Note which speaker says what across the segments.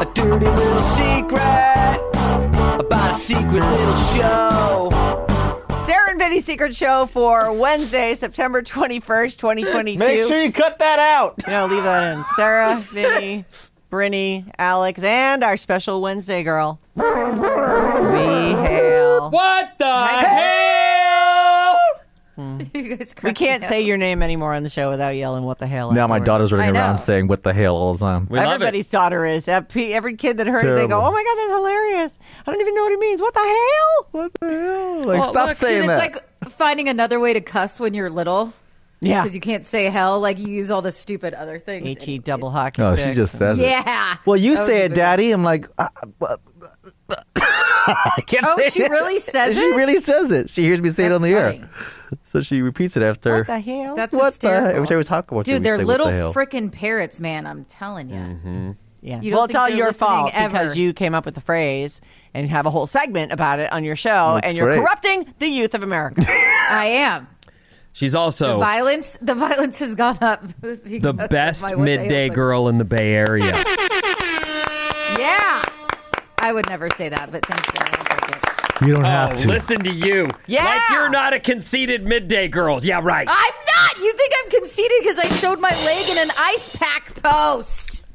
Speaker 1: a dirty little secret about a secret little show.
Speaker 2: Sarah and Vinny's Secret Show for Wednesday, September 21st, 2022.
Speaker 3: Make sure you cut that out.
Speaker 2: No, leave that in. Sarah, Vinny, Brittany, Alex, and our special Wednesday girl, V. Hale.
Speaker 3: What the hell?
Speaker 4: You guys
Speaker 2: We can't say your name anymore on the show without yelling what the hell.
Speaker 5: Now my
Speaker 2: afterward.
Speaker 5: daughter's running
Speaker 4: I
Speaker 5: around
Speaker 4: know.
Speaker 5: saying "What the hell" all the time.
Speaker 3: We love it.
Speaker 2: Everybody's daughter is. Ep- Every kid that heard it, they go,
Speaker 5: Terrible.
Speaker 2: oh my God, that's hilarious. I don't even know what it means. What the hell?
Speaker 5: What the hell? Like,
Speaker 4: Well,
Speaker 5: stop
Speaker 4: look,
Speaker 5: saying
Speaker 4: dude,
Speaker 5: that.
Speaker 4: It's like finding another way to cuss when you're little
Speaker 2: Yeah.
Speaker 4: because you can't say hell. Like you use all the stupid other things.
Speaker 2: H-E double hockey
Speaker 5: oh, she
Speaker 2: sticks.
Speaker 5: just says it.
Speaker 4: Yeah.
Speaker 5: Well, you
Speaker 4: That was
Speaker 5: say
Speaker 4: a
Speaker 5: it,
Speaker 4: big
Speaker 5: Daddy. I'm like, uh, uh, I can't
Speaker 4: Oh,
Speaker 5: say
Speaker 4: she
Speaker 5: it.
Speaker 4: really says
Speaker 5: She
Speaker 4: it?
Speaker 5: really says it. She hears me say
Speaker 4: That's
Speaker 5: it on the
Speaker 4: funny.
Speaker 5: air, so she repeats it after.
Speaker 2: What the hell?
Speaker 4: That's
Speaker 5: what the
Speaker 4: hysterical.
Speaker 5: hell? Which I was talking about.
Speaker 4: Dude, they're
Speaker 5: say,
Speaker 4: little
Speaker 5: what the hell. Mm-hmm.
Speaker 4: freaking parrots, man. I'm telling you.
Speaker 2: Yeah.
Speaker 4: You
Speaker 2: well,
Speaker 4: don't
Speaker 2: it's
Speaker 4: think
Speaker 2: all
Speaker 4: they're
Speaker 2: your
Speaker 4: listening
Speaker 2: fault
Speaker 4: ever.
Speaker 2: because you came up with the phrase and have a whole segment about it on your show,
Speaker 5: That's
Speaker 2: and you're
Speaker 5: great.
Speaker 2: corrupting the youth of America.
Speaker 4: I am.
Speaker 3: She's also
Speaker 4: Violence. The violence has gone up.
Speaker 3: Oh. the best midday
Speaker 4: girl.
Speaker 3: girl in the Bay Area.
Speaker 4: Yeah. I would never say that, but thanks. For that.
Speaker 5: You don't
Speaker 3: Oh,
Speaker 5: have to.
Speaker 3: listen to you.
Speaker 2: Yeah.
Speaker 3: Like you're not a conceited midday girl. Yeah, right.
Speaker 4: I'm not. You think I'm conceited because I showed my leg in an ice pack post?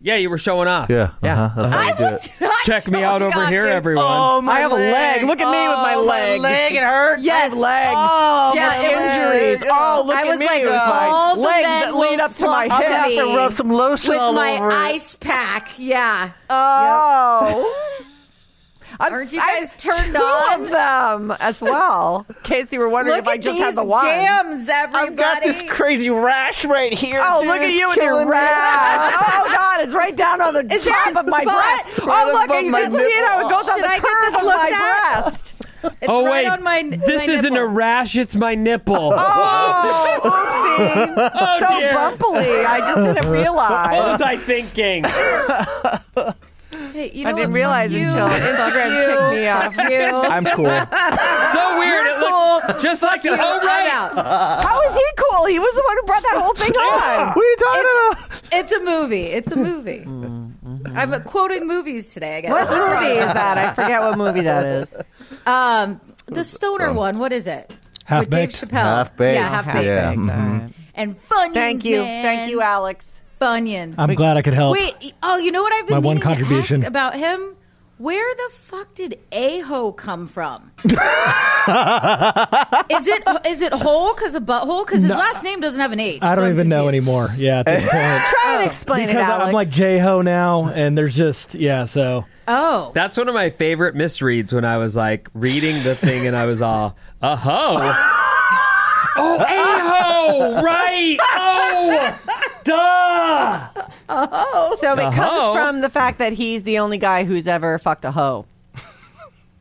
Speaker 3: Yeah, you were showing off.
Speaker 5: Yeah,
Speaker 3: Yeah.
Speaker 5: uh-huh, that's how
Speaker 4: I
Speaker 5: you do it.
Speaker 4: was not.
Speaker 3: Check me
Speaker 4: showing
Speaker 3: out over
Speaker 4: off,
Speaker 3: here,
Speaker 4: dude. Oh,
Speaker 3: everyone.
Speaker 2: I have a leg. Look at me with my
Speaker 5: Oh,
Speaker 2: leg.
Speaker 5: My leg, it hurts.
Speaker 4: Yes.
Speaker 2: legs.
Speaker 5: Oh,
Speaker 4: Yeah,
Speaker 2: my
Speaker 4: it was-
Speaker 2: injuries. oh, look
Speaker 4: I
Speaker 2: at
Speaker 4: was
Speaker 2: me
Speaker 4: like,
Speaker 2: with my
Speaker 4: all the
Speaker 2: legs
Speaker 4: men
Speaker 2: that
Speaker 4: will
Speaker 2: lead up to my
Speaker 4: flock
Speaker 5: I'm gonna
Speaker 2: hip.
Speaker 4: me.
Speaker 5: have to rub some lotion
Speaker 4: with
Speaker 5: all
Speaker 4: my
Speaker 5: over it.
Speaker 4: ice pack. Yeah.
Speaker 2: Oh. I'm,
Speaker 4: Aren't you
Speaker 2: I
Speaker 4: guys
Speaker 2: have
Speaker 4: turned
Speaker 2: two
Speaker 4: on?
Speaker 2: of them as well. In case you were wondering
Speaker 4: Look
Speaker 2: if I
Speaker 4: at
Speaker 2: just
Speaker 4: these
Speaker 2: had the one.
Speaker 4: gams, everybody.
Speaker 5: I've got this crazy rash right here.
Speaker 2: Oh,
Speaker 5: dude.
Speaker 2: look at
Speaker 5: It's
Speaker 2: you with your
Speaker 5: killing me.
Speaker 2: rash. oh, God, it's right down on the
Speaker 4: Is there
Speaker 2: top
Speaker 4: a
Speaker 2: of my
Speaker 4: spot?
Speaker 2: breast.
Speaker 5: Right
Speaker 2: oh, look,
Speaker 5: above
Speaker 2: you
Speaker 5: my
Speaker 2: can see it. how It
Speaker 5: nipple.
Speaker 2: goes on
Speaker 4: Should
Speaker 2: the
Speaker 4: I get
Speaker 2: curve
Speaker 4: this
Speaker 2: of my
Speaker 4: looked at?
Speaker 2: breast.
Speaker 4: It's
Speaker 3: oh,
Speaker 4: right
Speaker 3: wait.
Speaker 4: on my.
Speaker 3: this
Speaker 4: my
Speaker 3: isn't a
Speaker 4: nipple.
Speaker 3: rash. It's my nipple.
Speaker 2: Oh, oopsie.
Speaker 3: Oh,
Speaker 2: so
Speaker 3: dear.
Speaker 2: bumpily. I just didn't
Speaker 3: What was
Speaker 2: realize.
Speaker 3: I thinking?
Speaker 4: Hey, you know
Speaker 2: I didn't
Speaker 4: what?
Speaker 2: realize
Speaker 4: Fuck you.
Speaker 2: until
Speaker 4: Fuck
Speaker 2: Instagram
Speaker 4: you.
Speaker 2: picked me up.
Speaker 4: Fuck you.
Speaker 5: I'm cool.
Speaker 3: so weird. it looks just like the
Speaker 4: You,
Speaker 3: oh right.
Speaker 4: I'm out.
Speaker 2: How is he cool? He was the one who brought that whole thing on.
Speaker 5: What are you talking
Speaker 4: It's-
Speaker 5: about?
Speaker 4: It's a movie. It's a
Speaker 2: Mm-hmm.
Speaker 4: movie. I'm quoting movies today, I guess.
Speaker 2: What movie is that? I forget what movie that is.
Speaker 4: Um, the stoner one. What is it?
Speaker 6: Half
Speaker 4: With
Speaker 6: Baked.
Speaker 4: Dave Chappelle.
Speaker 5: Half-Baked.
Speaker 4: Yeah, half baked.
Speaker 5: Yeah.
Speaker 2: Thanks, all right.
Speaker 4: And Funyuns.
Speaker 2: Thank you.
Speaker 4: man.
Speaker 2: Thank you, Alex.
Speaker 4: Funyuns.
Speaker 6: I'm glad I could help.
Speaker 4: Wait. Oh, you know what I've been
Speaker 6: My one
Speaker 4: meaning to
Speaker 6: contribution.
Speaker 4: ask about him? Where the fuck did aho come from? is it is it hole because a butthole? Because his last name doesn't have an H.
Speaker 6: I
Speaker 4: so
Speaker 6: don't
Speaker 4: I'm
Speaker 6: even know
Speaker 4: confused.
Speaker 6: anymore. Yeah, at this point.
Speaker 2: Try and explain
Speaker 6: because
Speaker 2: it, Alex.
Speaker 6: I'm like J Ho now, and there's just yeah. So
Speaker 4: Oh,
Speaker 3: That's one of my favorite misreads when I was like reading the thing and I was all, a ho. oh, a ho, right. Oh, duh.
Speaker 2: so it
Speaker 3: The
Speaker 2: comes
Speaker 3: hoe?
Speaker 2: from the fact that he's the only guy who's ever fucked a hoe.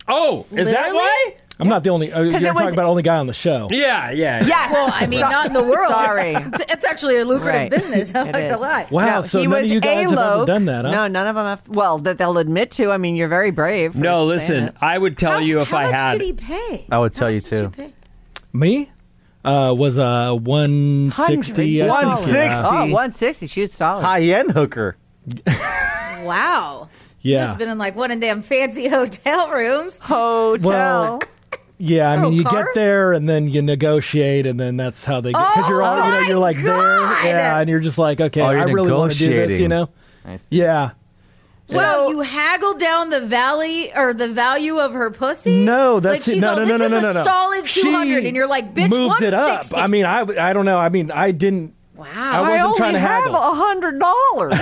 Speaker 3: Oh, is that
Speaker 4: Literally?
Speaker 3: why?
Speaker 6: I'm not the only. Uh, you're
Speaker 2: it was-
Speaker 6: talking about only guy on the show.
Speaker 3: Yeah, yeah. yeah.
Speaker 2: Yes.
Speaker 4: well, I mean, not in the world.
Speaker 2: Sorry.
Speaker 4: it's, it's actually a lucrative
Speaker 2: Right.
Speaker 4: business. I'm
Speaker 2: It
Speaker 4: not gonna
Speaker 2: is.
Speaker 4: lie.
Speaker 6: Wow.
Speaker 2: No,
Speaker 6: so
Speaker 2: he
Speaker 6: none
Speaker 2: was
Speaker 6: of you guys have ever
Speaker 2: A-Loke.
Speaker 6: done that, huh?
Speaker 2: No, none of them have. Well, that they'll admit to. I mean, you're very brave. for
Speaker 3: No,
Speaker 2: saying
Speaker 3: listen,
Speaker 2: it.
Speaker 3: I would tell
Speaker 4: How-
Speaker 3: you if
Speaker 4: how
Speaker 3: I
Speaker 4: much
Speaker 3: had.
Speaker 4: did he pay?
Speaker 5: I would
Speaker 4: How
Speaker 5: tell you,
Speaker 4: much did
Speaker 5: too.
Speaker 4: pay?
Speaker 6: Me uh, was uh, 160. I think.
Speaker 5: 160?
Speaker 6: Yeah.
Speaker 2: Oh, 160. She was solid.
Speaker 5: High end hooker.
Speaker 4: Wow.
Speaker 6: Yeah.
Speaker 4: Must have been in like one of them fancy hotel rooms.
Speaker 2: Hotel.
Speaker 6: Well, yeah, I mean, you
Speaker 4: car?
Speaker 6: get there and then you negotiate, and then that's how they get because you're all you know
Speaker 4: Oh my
Speaker 6: you're like
Speaker 4: God!
Speaker 6: there, yeah, and you're just like, okay,
Speaker 5: Oh,
Speaker 6: I
Speaker 5: you're
Speaker 6: really want to do this, you
Speaker 5: negotiating.
Speaker 6: know? Yeah,
Speaker 4: Well, you haggled down the valley or the value of her pussy.
Speaker 7: No,
Speaker 4: like
Speaker 7: that's
Speaker 4: she's
Speaker 7: it. No,
Speaker 4: all,
Speaker 7: no, no,
Speaker 4: this
Speaker 7: no,
Speaker 4: is
Speaker 7: no,
Speaker 4: a
Speaker 7: no, no.
Speaker 4: solid two hundred,
Speaker 7: She
Speaker 4: and you're like, bitch,
Speaker 7: moved
Speaker 4: one
Speaker 7: it up.
Speaker 4: sixty.
Speaker 7: I mean, I, I don't know. I mean, I didn't. I
Speaker 4: wow.
Speaker 7: wasn't
Speaker 2: only
Speaker 7: trying to
Speaker 2: have
Speaker 7: haggle.
Speaker 2: a hundred dollars.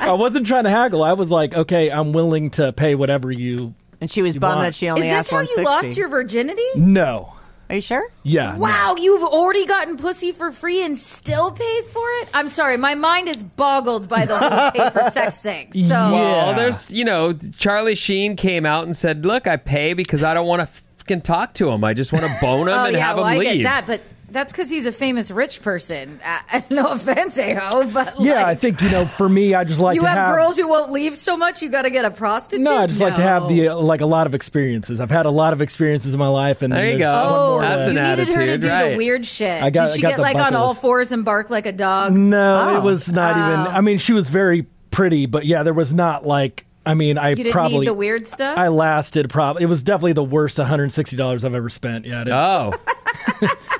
Speaker 7: I wasn't trying to haggle. I was like, okay, I'm willing to pay whatever you.
Speaker 2: And she was bummed
Speaker 7: want-
Speaker 2: that she
Speaker 4: Is
Speaker 2: only
Speaker 4: this
Speaker 2: asked
Speaker 4: how you
Speaker 2: 160.
Speaker 4: lost your virginity?
Speaker 7: No.
Speaker 2: Are you sure?
Speaker 7: Yeah.
Speaker 4: Wow, you've already gotten pussy for free and still paid for it? I'm sorry, my mind is boggled by the whole pay for sex thing. So oh,
Speaker 3: Well,
Speaker 7: Yeah.
Speaker 3: Oh, there's, you know, Charlie Sheen came out and said, "Look, I pay because I don't want to fucking talk to him. I just want to bone him
Speaker 4: Oh
Speaker 3: and
Speaker 4: yeah,
Speaker 3: have
Speaker 4: well,
Speaker 3: him
Speaker 4: I
Speaker 3: leave."
Speaker 4: get that, but that's because he's a famous rich person. Uh, no offense, Aho, but
Speaker 7: Yeah,
Speaker 4: like,
Speaker 7: I think you know. For me, I just like
Speaker 4: you
Speaker 7: to
Speaker 4: have,
Speaker 7: have,
Speaker 4: girls who won't leave so much. You got to get a prostitute.
Speaker 7: No, I just like to have the uh, like a lot of experiences. I've had a lot of experiences in my life, and
Speaker 3: There you
Speaker 7: there's
Speaker 3: go.
Speaker 7: one
Speaker 4: Oh,
Speaker 7: more
Speaker 3: That's
Speaker 7: left.
Speaker 4: you
Speaker 3: an
Speaker 4: needed her to
Speaker 3: attitude,
Speaker 4: do
Speaker 3: right.
Speaker 4: the weird shit.
Speaker 7: I got-
Speaker 4: Did she
Speaker 7: I got
Speaker 4: get
Speaker 7: the Mm.
Speaker 4: like on
Speaker 7: bucket
Speaker 4: all
Speaker 7: list.
Speaker 4: fours and bark like a dog?
Speaker 7: No,
Speaker 2: Oh.
Speaker 7: it was not even. I mean, she was very pretty, but yeah, there was not like. I mean, I
Speaker 4: You didn't
Speaker 7: probably
Speaker 4: need the weird stuff.
Speaker 7: I lasted probably. It was definitely the worst one hundred and sixty dollars I've ever spent. Yeah, I didn't,
Speaker 3: Oh,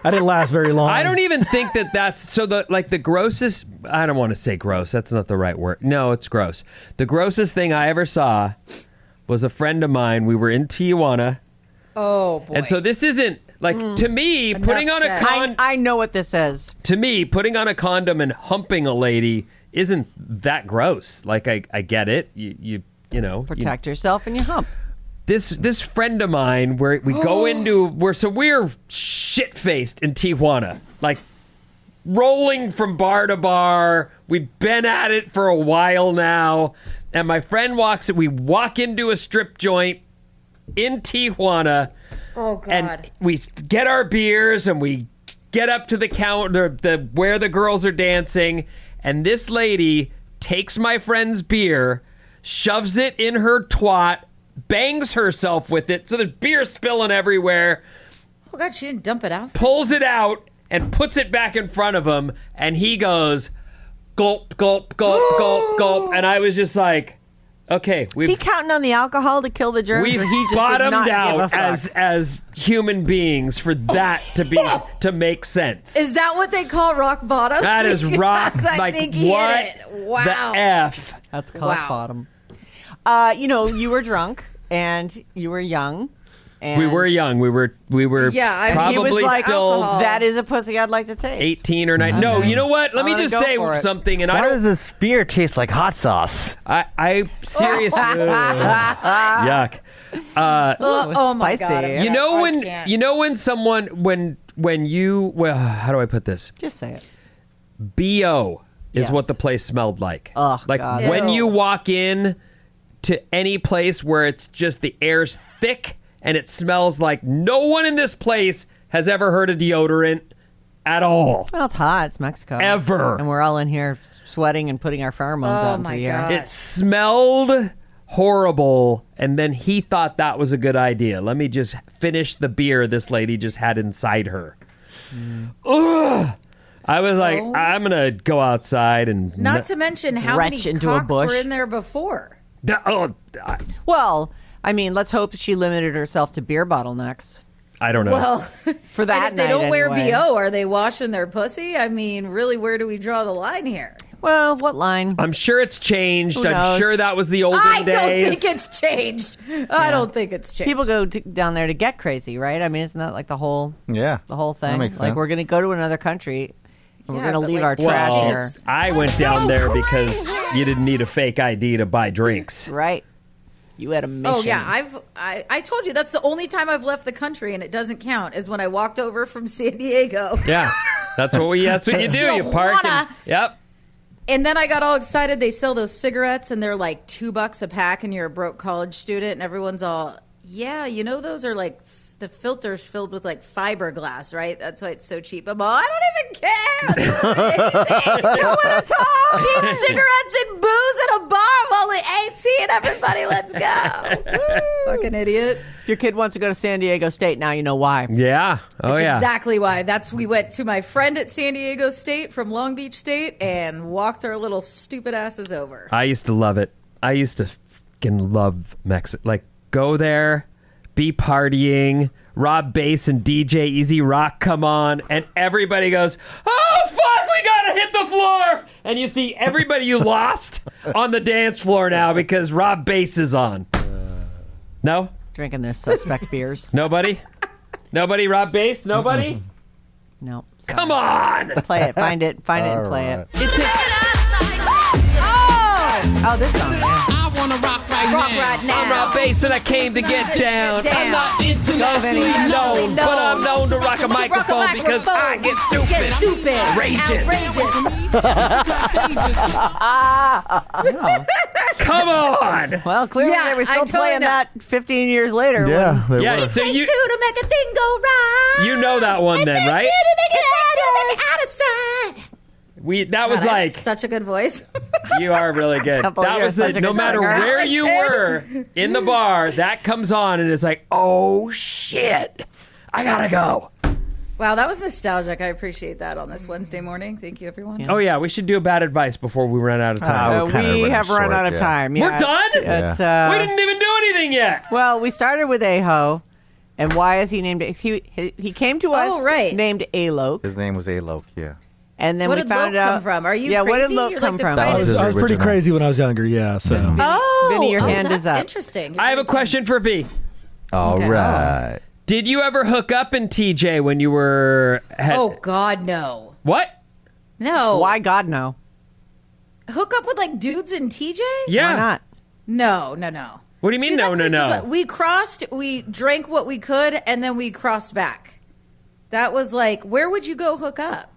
Speaker 7: I didn't last very long.
Speaker 3: I don't e- even think that that's so. The like the grossest. I don't want to say gross. That's not the right word. No, it's gross. The grossest thing I ever saw was a friend of mine. We were in Tijuana,
Speaker 4: oh boy. Mm.
Speaker 3: and so this isn't like to me putting on a
Speaker 4: said.
Speaker 3: con.
Speaker 2: I, I know what this is.
Speaker 3: to me, putting on a condom and humping a lady isn't that gross. Like I, I get it. You, you, you know, you-
Speaker 2: Protect yourself and you hump.
Speaker 3: this this friend of mine where we go into we're so we're shit faced in Tijuana, like rolling from bar to bar. We've been at it for a while now, and my friend walks. We walk into a strip joint in Tijuana.
Speaker 4: oh god.
Speaker 3: And we get our beers and we get up to the counter, the where the girls are dancing, and this lady takes my friend's beer, shoves it in her twat, bangs herself with it, so there's beer spilling everywhere,
Speaker 4: oh god, she didn't dump it out.
Speaker 3: pulls it out and puts it back in front of him, and he goes, gulp, gulp, gulp, gulp, gulp, and I was just like, okay,
Speaker 2: Is
Speaker 3: we've
Speaker 2: he counting on the alcohol to kill the germs?
Speaker 3: We've
Speaker 2: or he just did
Speaker 3: bottomed
Speaker 2: not give a
Speaker 3: out
Speaker 2: fuck?
Speaker 3: as as human beings for that to be to make sense.
Speaker 4: Is that what they call rock bottom?
Speaker 3: That is rock.
Speaker 4: Because I
Speaker 3: like
Speaker 4: think he
Speaker 3: what
Speaker 4: hit it. Wow.
Speaker 3: the f?
Speaker 2: That's called
Speaker 4: Wow.
Speaker 2: bottom. Uh, you know, you were drunk and you were young. And
Speaker 3: We were young. We were we were
Speaker 4: Yeah, I mean,
Speaker 3: probably
Speaker 2: He was like,
Speaker 3: still
Speaker 4: alcohol.
Speaker 2: that is a pussy I'd like to taste.
Speaker 3: 18 or 9. No, you know what? Let
Speaker 2: I'm
Speaker 3: me
Speaker 2: gonna
Speaker 3: just
Speaker 2: go
Speaker 3: say
Speaker 2: for it.
Speaker 3: something and I
Speaker 7: Why
Speaker 3: don't
Speaker 7: does this beer taste like hot sauce?
Speaker 3: I I seriously
Speaker 2: Oh
Speaker 3: yuck.
Speaker 4: Oh, oh my god.
Speaker 2: spicy.
Speaker 4: I'm
Speaker 3: You know
Speaker 4: I
Speaker 3: when
Speaker 4: can't.
Speaker 3: you know when someone when when you well, how do I put this?
Speaker 2: Just say it.
Speaker 3: BO is
Speaker 2: Yes.
Speaker 3: what the place smelled like.
Speaker 2: Oh,
Speaker 3: like
Speaker 2: God.
Speaker 3: when
Speaker 4: Ew.
Speaker 3: you walk in to any place where it's just the air's thick and it smells like no one in this place has ever heard of deodorant at all.
Speaker 2: Well, it's hot. It's Mexico.
Speaker 3: Ever.
Speaker 2: And we're all in here sweating and putting our pheromones
Speaker 4: Oh
Speaker 2: out into
Speaker 4: my
Speaker 2: the air.
Speaker 4: God.
Speaker 3: It smelled horrible and then he thought that was a good idea. Let me just finish the beer this lady just had inside her.
Speaker 4: Mm.
Speaker 3: Ugh. I was like, I'm gonna go outside and
Speaker 4: Oh. Not to mention how
Speaker 2: Retch
Speaker 4: many
Speaker 2: into a
Speaker 4: cocks
Speaker 2: bush.
Speaker 4: were in there before.
Speaker 3: Th- oh, I-
Speaker 2: Well, I mean, let's hope she limited herself to beer bottlenecks
Speaker 3: I don't know.
Speaker 4: Well,
Speaker 2: for Oh, that.
Speaker 4: and if they
Speaker 2: night
Speaker 4: don't
Speaker 2: anyway.
Speaker 4: wear bo, are they washing their pussy? I mean, really, where do we draw the line here?
Speaker 2: well, what line?
Speaker 3: I'm sure it's changed.
Speaker 2: Who knows?
Speaker 3: I'm sure that was the olden
Speaker 4: I
Speaker 3: days.
Speaker 4: don't think it's changed. I don't think it's changed.
Speaker 2: People go to, down there to get crazy, right? I mean, isn't that like the whole
Speaker 8: Yeah.
Speaker 2: the whole thing?
Speaker 8: That makes
Speaker 2: like
Speaker 8: sense.
Speaker 2: we're going to go to another country. And
Speaker 4: Yeah,
Speaker 2: we're going
Speaker 4: but,
Speaker 2: to leave
Speaker 4: like,
Speaker 2: our trash
Speaker 3: well,
Speaker 2: here.
Speaker 3: I went down there because you didn't need a fake ID to buy drinks.
Speaker 2: Right. You had a mission.
Speaker 4: Oh yeah, I've I, I told you that's the only time I've left the country and it doesn't count is when I walked over from San Diego.
Speaker 3: Yeah, that's what we. That's what you do. You park. And,
Speaker 4: Tijuana.
Speaker 3: yep.
Speaker 4: And then I got all excited. They sell those cigarettes and they're like two bucks a pack, and you're a broke college student, and everyone's all, yeah, you know, those are like f- the filters filled with like fiberglass, right? That's why it's so cheap. I'm all, I don't even care. They're amazing. cheap cigarettes and booze at a bar. I'm only 18. Everybody, let's go. Woo. Fucking idiot.
Speaker 2: If your kid wants to go to San Diego State, now you know why.
Speaker 3: Yeah. Oh
Speaker 4: That's
Speaker 3: yeah.
Speaker 4: exactly why. That's we went to my friend at San Diego State from Long Beach State and walked our little stupid asses over.
Speaker 3: I used to love it. I used to fucking love Mexico. Like go there, be partying. Rob Bass and DJ Easy Rock come on, and everybody goes, "Oh fuck, we gotta hit the floor. And you see everybody you lost on the dance floor now because Rob Bass is on. No?
Speaker 2: Drinking their suspect beers.
Speaker 3: Nobody? Nobody? Rob Bass? Nobody?
Speaker 2: No. sorry.
Speaker 3: Come on!
Speaker 2: Play it. Find it. Find it and
Speaker 5: All
Speaker 2: play
Speaker 5: right.
Speaker 2: it. It's oh! oh, this song. yeah.
Speaker 9: I want to rock right
Speaker 4: Rock
Speaker 9: now.
Speaker 4: right now.
Speaker 3: I'm Rob Bass and I came to get down.
Speaker 9: I'm not internationally
Speaker 2: Go,
Speaker 9: known.
Speaker 3: known, but I'm known to rock a microphone because I get stupid.
Speaker 4: Get stupid.
Speaker 3: Outrageous.
Speaker 4: Outrageous.
Speaker 3: Come on!
Speaker 2: Well, clearly
Speaker 4: Yeah,
Speaker 2: they were
Speaker 4: I
Speaker 2: still
Speaker 4: totally
Speaker 2: playing
Speaker 4: know.
Speaker 2: that 15 years later.
Speaker 5: Yeah, they
Speaker 3: Yeah,
Speaker 5: were.
Speaker 3: so
Speaker 4: Takes
Speaker 3: you
Speaker 4: two to make a thing go right.
Speaker 3: you know that one then, right?
Speaker 4: It takes two to make it out of sight.
Speaker 3: We that was
Speaker 4: God, I have
Speaker 3: like
Speaker 4: such a good voice.
Speaker 3: you are really good.
Speaker 2: Couple
Speaker 3: That was
Speaker 2: years,
Speaker 3: the
Speaker 2: such a
Speaker 3: no
Speaker 2: good
Speaker 3: matter
Speaker 2: singer.
Speaker 3: where you were in the bar, that comes on and it's like, oh shit, I gotta go.
Speaker 4: wow, that was nostalgic. I appreciate that on this Wednesday morning. Thank you, everyone.
Speaker 3: Oh yeah, we should do a bad advice before we run out of time.
Speaker 5: Oh,
Speaker 2: Uh,
Speaker 5: we're kinda
Speaker 2: we
Speaker 5: running
Speaker 2: have run
Speaker 5: short,
Speaker 2: out of
Speaker 5: yeah.
Speaker 2: time.
Speaker 3: We're
Speaker 2: Yeah,
Speaker 3: done?
Speaker 2: It's, uh,
Speaker 3: we didn't even do anything yet.
Speaker 2: Well, we started with Aho, and why is he named? He he- he came to us
Speaker 4: Oh, right.
Speaker 2: named Alok,
Speaker 5: His name was Alok. Yeah.
Speaker 2: and then
Speaker 4: What
Speaker 2: we
Speaker 4: did
Speaker 2: found
Speaker 4: Loke
Speaker 2: out.
Speaker 4: come from? Are you
Speaker 2: yeah? What did
Speaker 4: crazy?
Speaker 2: Loke
Speaker 4: You're like
Speaker 2: come
Speaker 4: the
Speaker 2: from?
Speaker 4: quietest-
Speaker 5: That was his
Speaker 7: I was pretty
Speaker 5: original.
Speaker 7: crazy when I was younger. Yeah, so
Speaker 4: Oh,
Speaker 2: Vinny, your hand
Speaker 4: that's
Speaker 2: is up.
Speaker 4: Interesting.
Speaker 3: I have a question for V.
Speaker 5: All right.
Speaker 4: Okay.
Speaker 3: Did you ever hook up in TJ when you were had,
Speaker 4: Oh God, no,
Speaker 3: what?
Speaker 4: no.
Speaker 2: Why God no?
Speaker 4: hook up with like dudes in TJ?
Speaker 3: Yeah.
Speaker 2: Why not?
Speaker 4: No, no, no.
Speaker 3: What do you mean
Speaker 4: Dude,
Speaker 3: no
Speaker 4: that
Speaker 3: no
Speaker 4: place
Speaker 3: no?
Speaker 4: was what- we crossed, we drank what we could, and then we crossed back. That was like, where would you go hook up?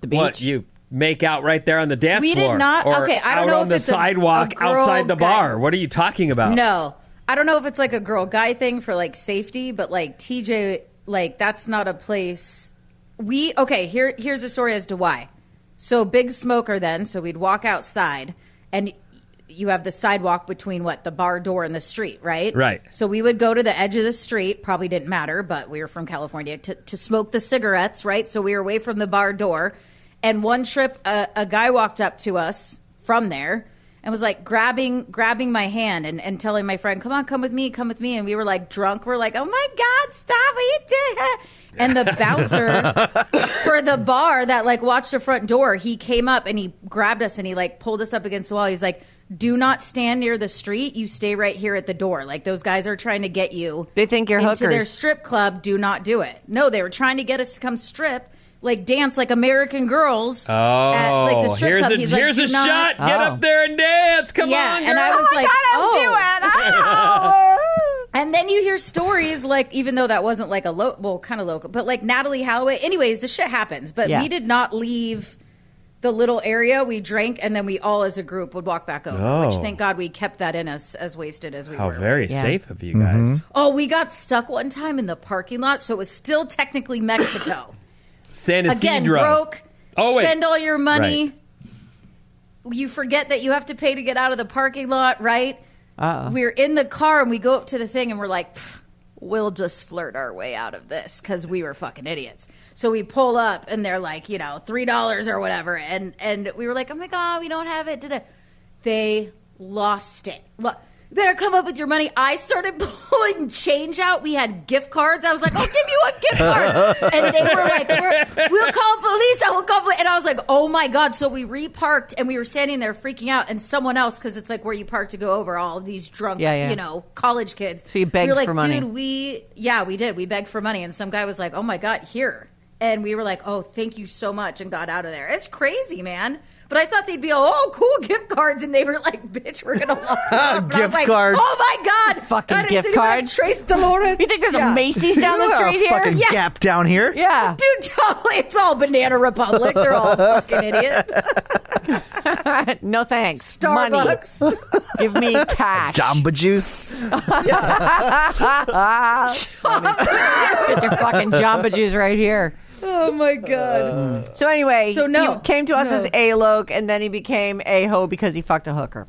Speaker 2: The beach.
Speaker 3: what you make out right there on the dance
Speaker 4: We did
Speaker 3: floor?
Speaker 4: not-
Speaker 3: or
Speaker 4: okay, I don't
Speaker 3: out
Speaker 4: know
Speaker 3: on
Speaker 4: if
Speaker 3: the
Speaker 4: it's a- a
Speaker 3: sidewalk
Speaker 4: girl
Speaker 3: outside the
Speaker 4: guy.
Speaker 3: bar. What are you talking about?
Speaker 4: No, I don't know if it's like a girl guy thing for like safety, but like TJ, like that's not a place. We okay. Here, here's a story as to why. So big smoker then. So we'd walk outside, and you have the sidewalk between what the bar door and the street, right?
Speaker 3: Right.
Speaker 4: So we would go to the edge of the street. Probably didn't matter, but we were from California to, to smoke the cigarettes, right? So we were away from the bar door. And one trip, a, a guy walked up to us from there and was like grabbing grabbing my hand and, and telling my friend, "Come on, come with me, come with me." And we were like drunk. We're like, "Oh my god, stop what you did!" And the bouncer for the bar that like watched the front door, he came up and he grabbed us and he like pulled us up against the wall. He's like, "Do not stand near the street. You stay right here at the door. Like those guys are trying to get you."
Speaker 2: They think you're
Speaker 4: into their
Speaker 2: hookers.
Speaker 4: strip club. Do not do it. No, they were trying to get us to come strip. Like dance like American girls oh, at like the
Speaker 3: Oh,
Speaker 4: strip
Speaker 3: here's
Speaker 4: club.
Speaker 3: a
Speaker 4: He's like,
Speaker 3: here's
Speaker 4: "Do
Speaker 3: a
Speaker 4: not-
Speaker 3: shot. Get
Speaker 2: Oh.
Speaker 3: up there and dance. Come
Speaker 4: yeah,
Speaker 3: on, girl.
Speaker 4: and I was like, oh.
Speaker 3: Ah.
Speaker 4: And then you hear stories like, even though that wasn't like a low, well, kind of local, but like Natalie Holloway. Anyways, the shit happens. But we
Speaker 2: Yes.
Speaker 4: did not leave the little area. We drank, and then we all as a group would walk back over. Which
Speaker 3: Oh.
Speaker 4: thank God we kept that in us, as wasted as we
Speaker 3: How
Speaker 4: were.
Speaker 3: very
Speaker 2: Yeah.
Speaker 3: safe of you guys.
Speaker 4: oh, we got stuck one time in the parking lot, so it was still technically Mexico.
Speaker 3: San Isidro.
Speaker 4: Again, broke.
Speaker 3: Oh, wait.
Speaker 4: spend all your money. You forget that you have to pay to get out of the parking lot, right? We're in the car and we go up to the thing and we're like, "Pff, we'll just flirt our way out of this because we were fucking idiots. So we pull up and they're like, you know, three dollars or whatever, and and we were like, oh my god, we don't have it. Da-da. They lost it. Look. Better come up with your money. I started pulling change out. We had gift cards. I was like, "I'll give you a gift card," and they were like, we're, "We'll call police. I will call." Police. And I was like, "Oh my god!" So we reparked, and we were standing there freaking out. And someone else, because it's like where you park to go over, all of these drunk,
Speaker 2: Yeah, yeah.
Speaker 4: you know, college kids.
Speaker 2: So you begged
Speaker 4: we were like,
Speaker 2: for money.
Speaker 4: Dude, we yeah, we did. We begged for money, and some guy was like, "Oh my god, here!" And we were like, "Oh, thank you so much," and got out of there. It's crazy, man. But I thought they'd be all, oh cool gift cards, and they were like, "Bitch, we're gonna lock you up." And I was
Speaker 5: Gift
Speaker 4: like,
Speaker 5: cards.
Speaker 4: Oh my god,
Speaker 2: Fucking
Speaker 4: I didn't
Speaker 2: gift
Speaker 4: think about
Speaker 2: card.
Speaker 4: Trace Dolores.
Speaker 2: You think there's
Speaker 4: Yeah.
Speaker 2: a Macy's down the
Speaker 5: You got a
Speaker 2: street here?
Speaker 5: Fucking
Speaker 4: Yeah.
Speaker 5: gap down here.
Speaker 2: Yeah.
Speaker 4: Dude, totally. It's all Banana Republic. They're all fucking idiots.
Speaker 2: no thanks. Money.
Speaker 4: Starbucks.
Speaker 2: Give me cash.
Speaker 5: Jamba juice.
Speaker 2: Get your fucking Jamba Juice right here.
Speaker 4: Oh my god.
Speaker 2: So anyway,
Speaker 4: So no.
Speaker 2: he came to us
Speaker 4: No.
Speaker 2: as Alok, and then he became Aho because he fucked a hooker.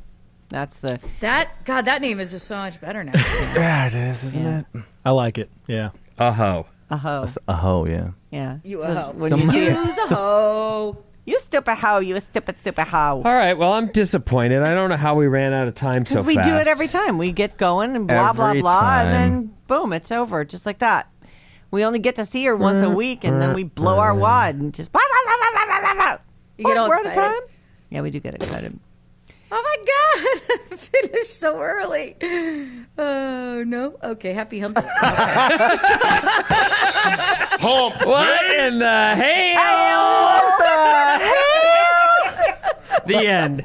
Speaker 2: That's the
Speaker 4: that God, that name is just so much better now.
Speaker 7: yeah, it is, isn't it? I like it. Yeah.
Speaker 3: Uh ho.
Speaker 2: Aho.
Speaker 5: Oh yeah.
Speaker 2: Yeah.
Speaker 4: You
Speaker 2: So
Speaker 4: a hoe.
Speaker 2: when you, see it,
Speaker 4: Use a hoe.
Speaker 2: you stupid how you a stupid stupid how.
Speaker 3: All right. Well, I'm disappointed. I don't know how we ran out of time so
Speaker 2: Because we do it
Speaker 3: fast.
Speaker 2: every time. We get going and blah blah
Speaker 5: Every
Speaker 2: blah,
Speaker 5: time.
Speaker 2: and then boom, it's over, just like that. We only get to see her once a week, and then we blow our wad and just blah blah blah blah blah blah. blah.
Speaker 4: You get all
Speaker 2: Oh, we're out of
Speaker 4: excited.
Speaker 2: time? Yeah, we do get excited.
Speaker 4: Oh my god! I finished so early. Oh no. Okay. Happy hump. Day.
Speaker 3: What in the hell? the end.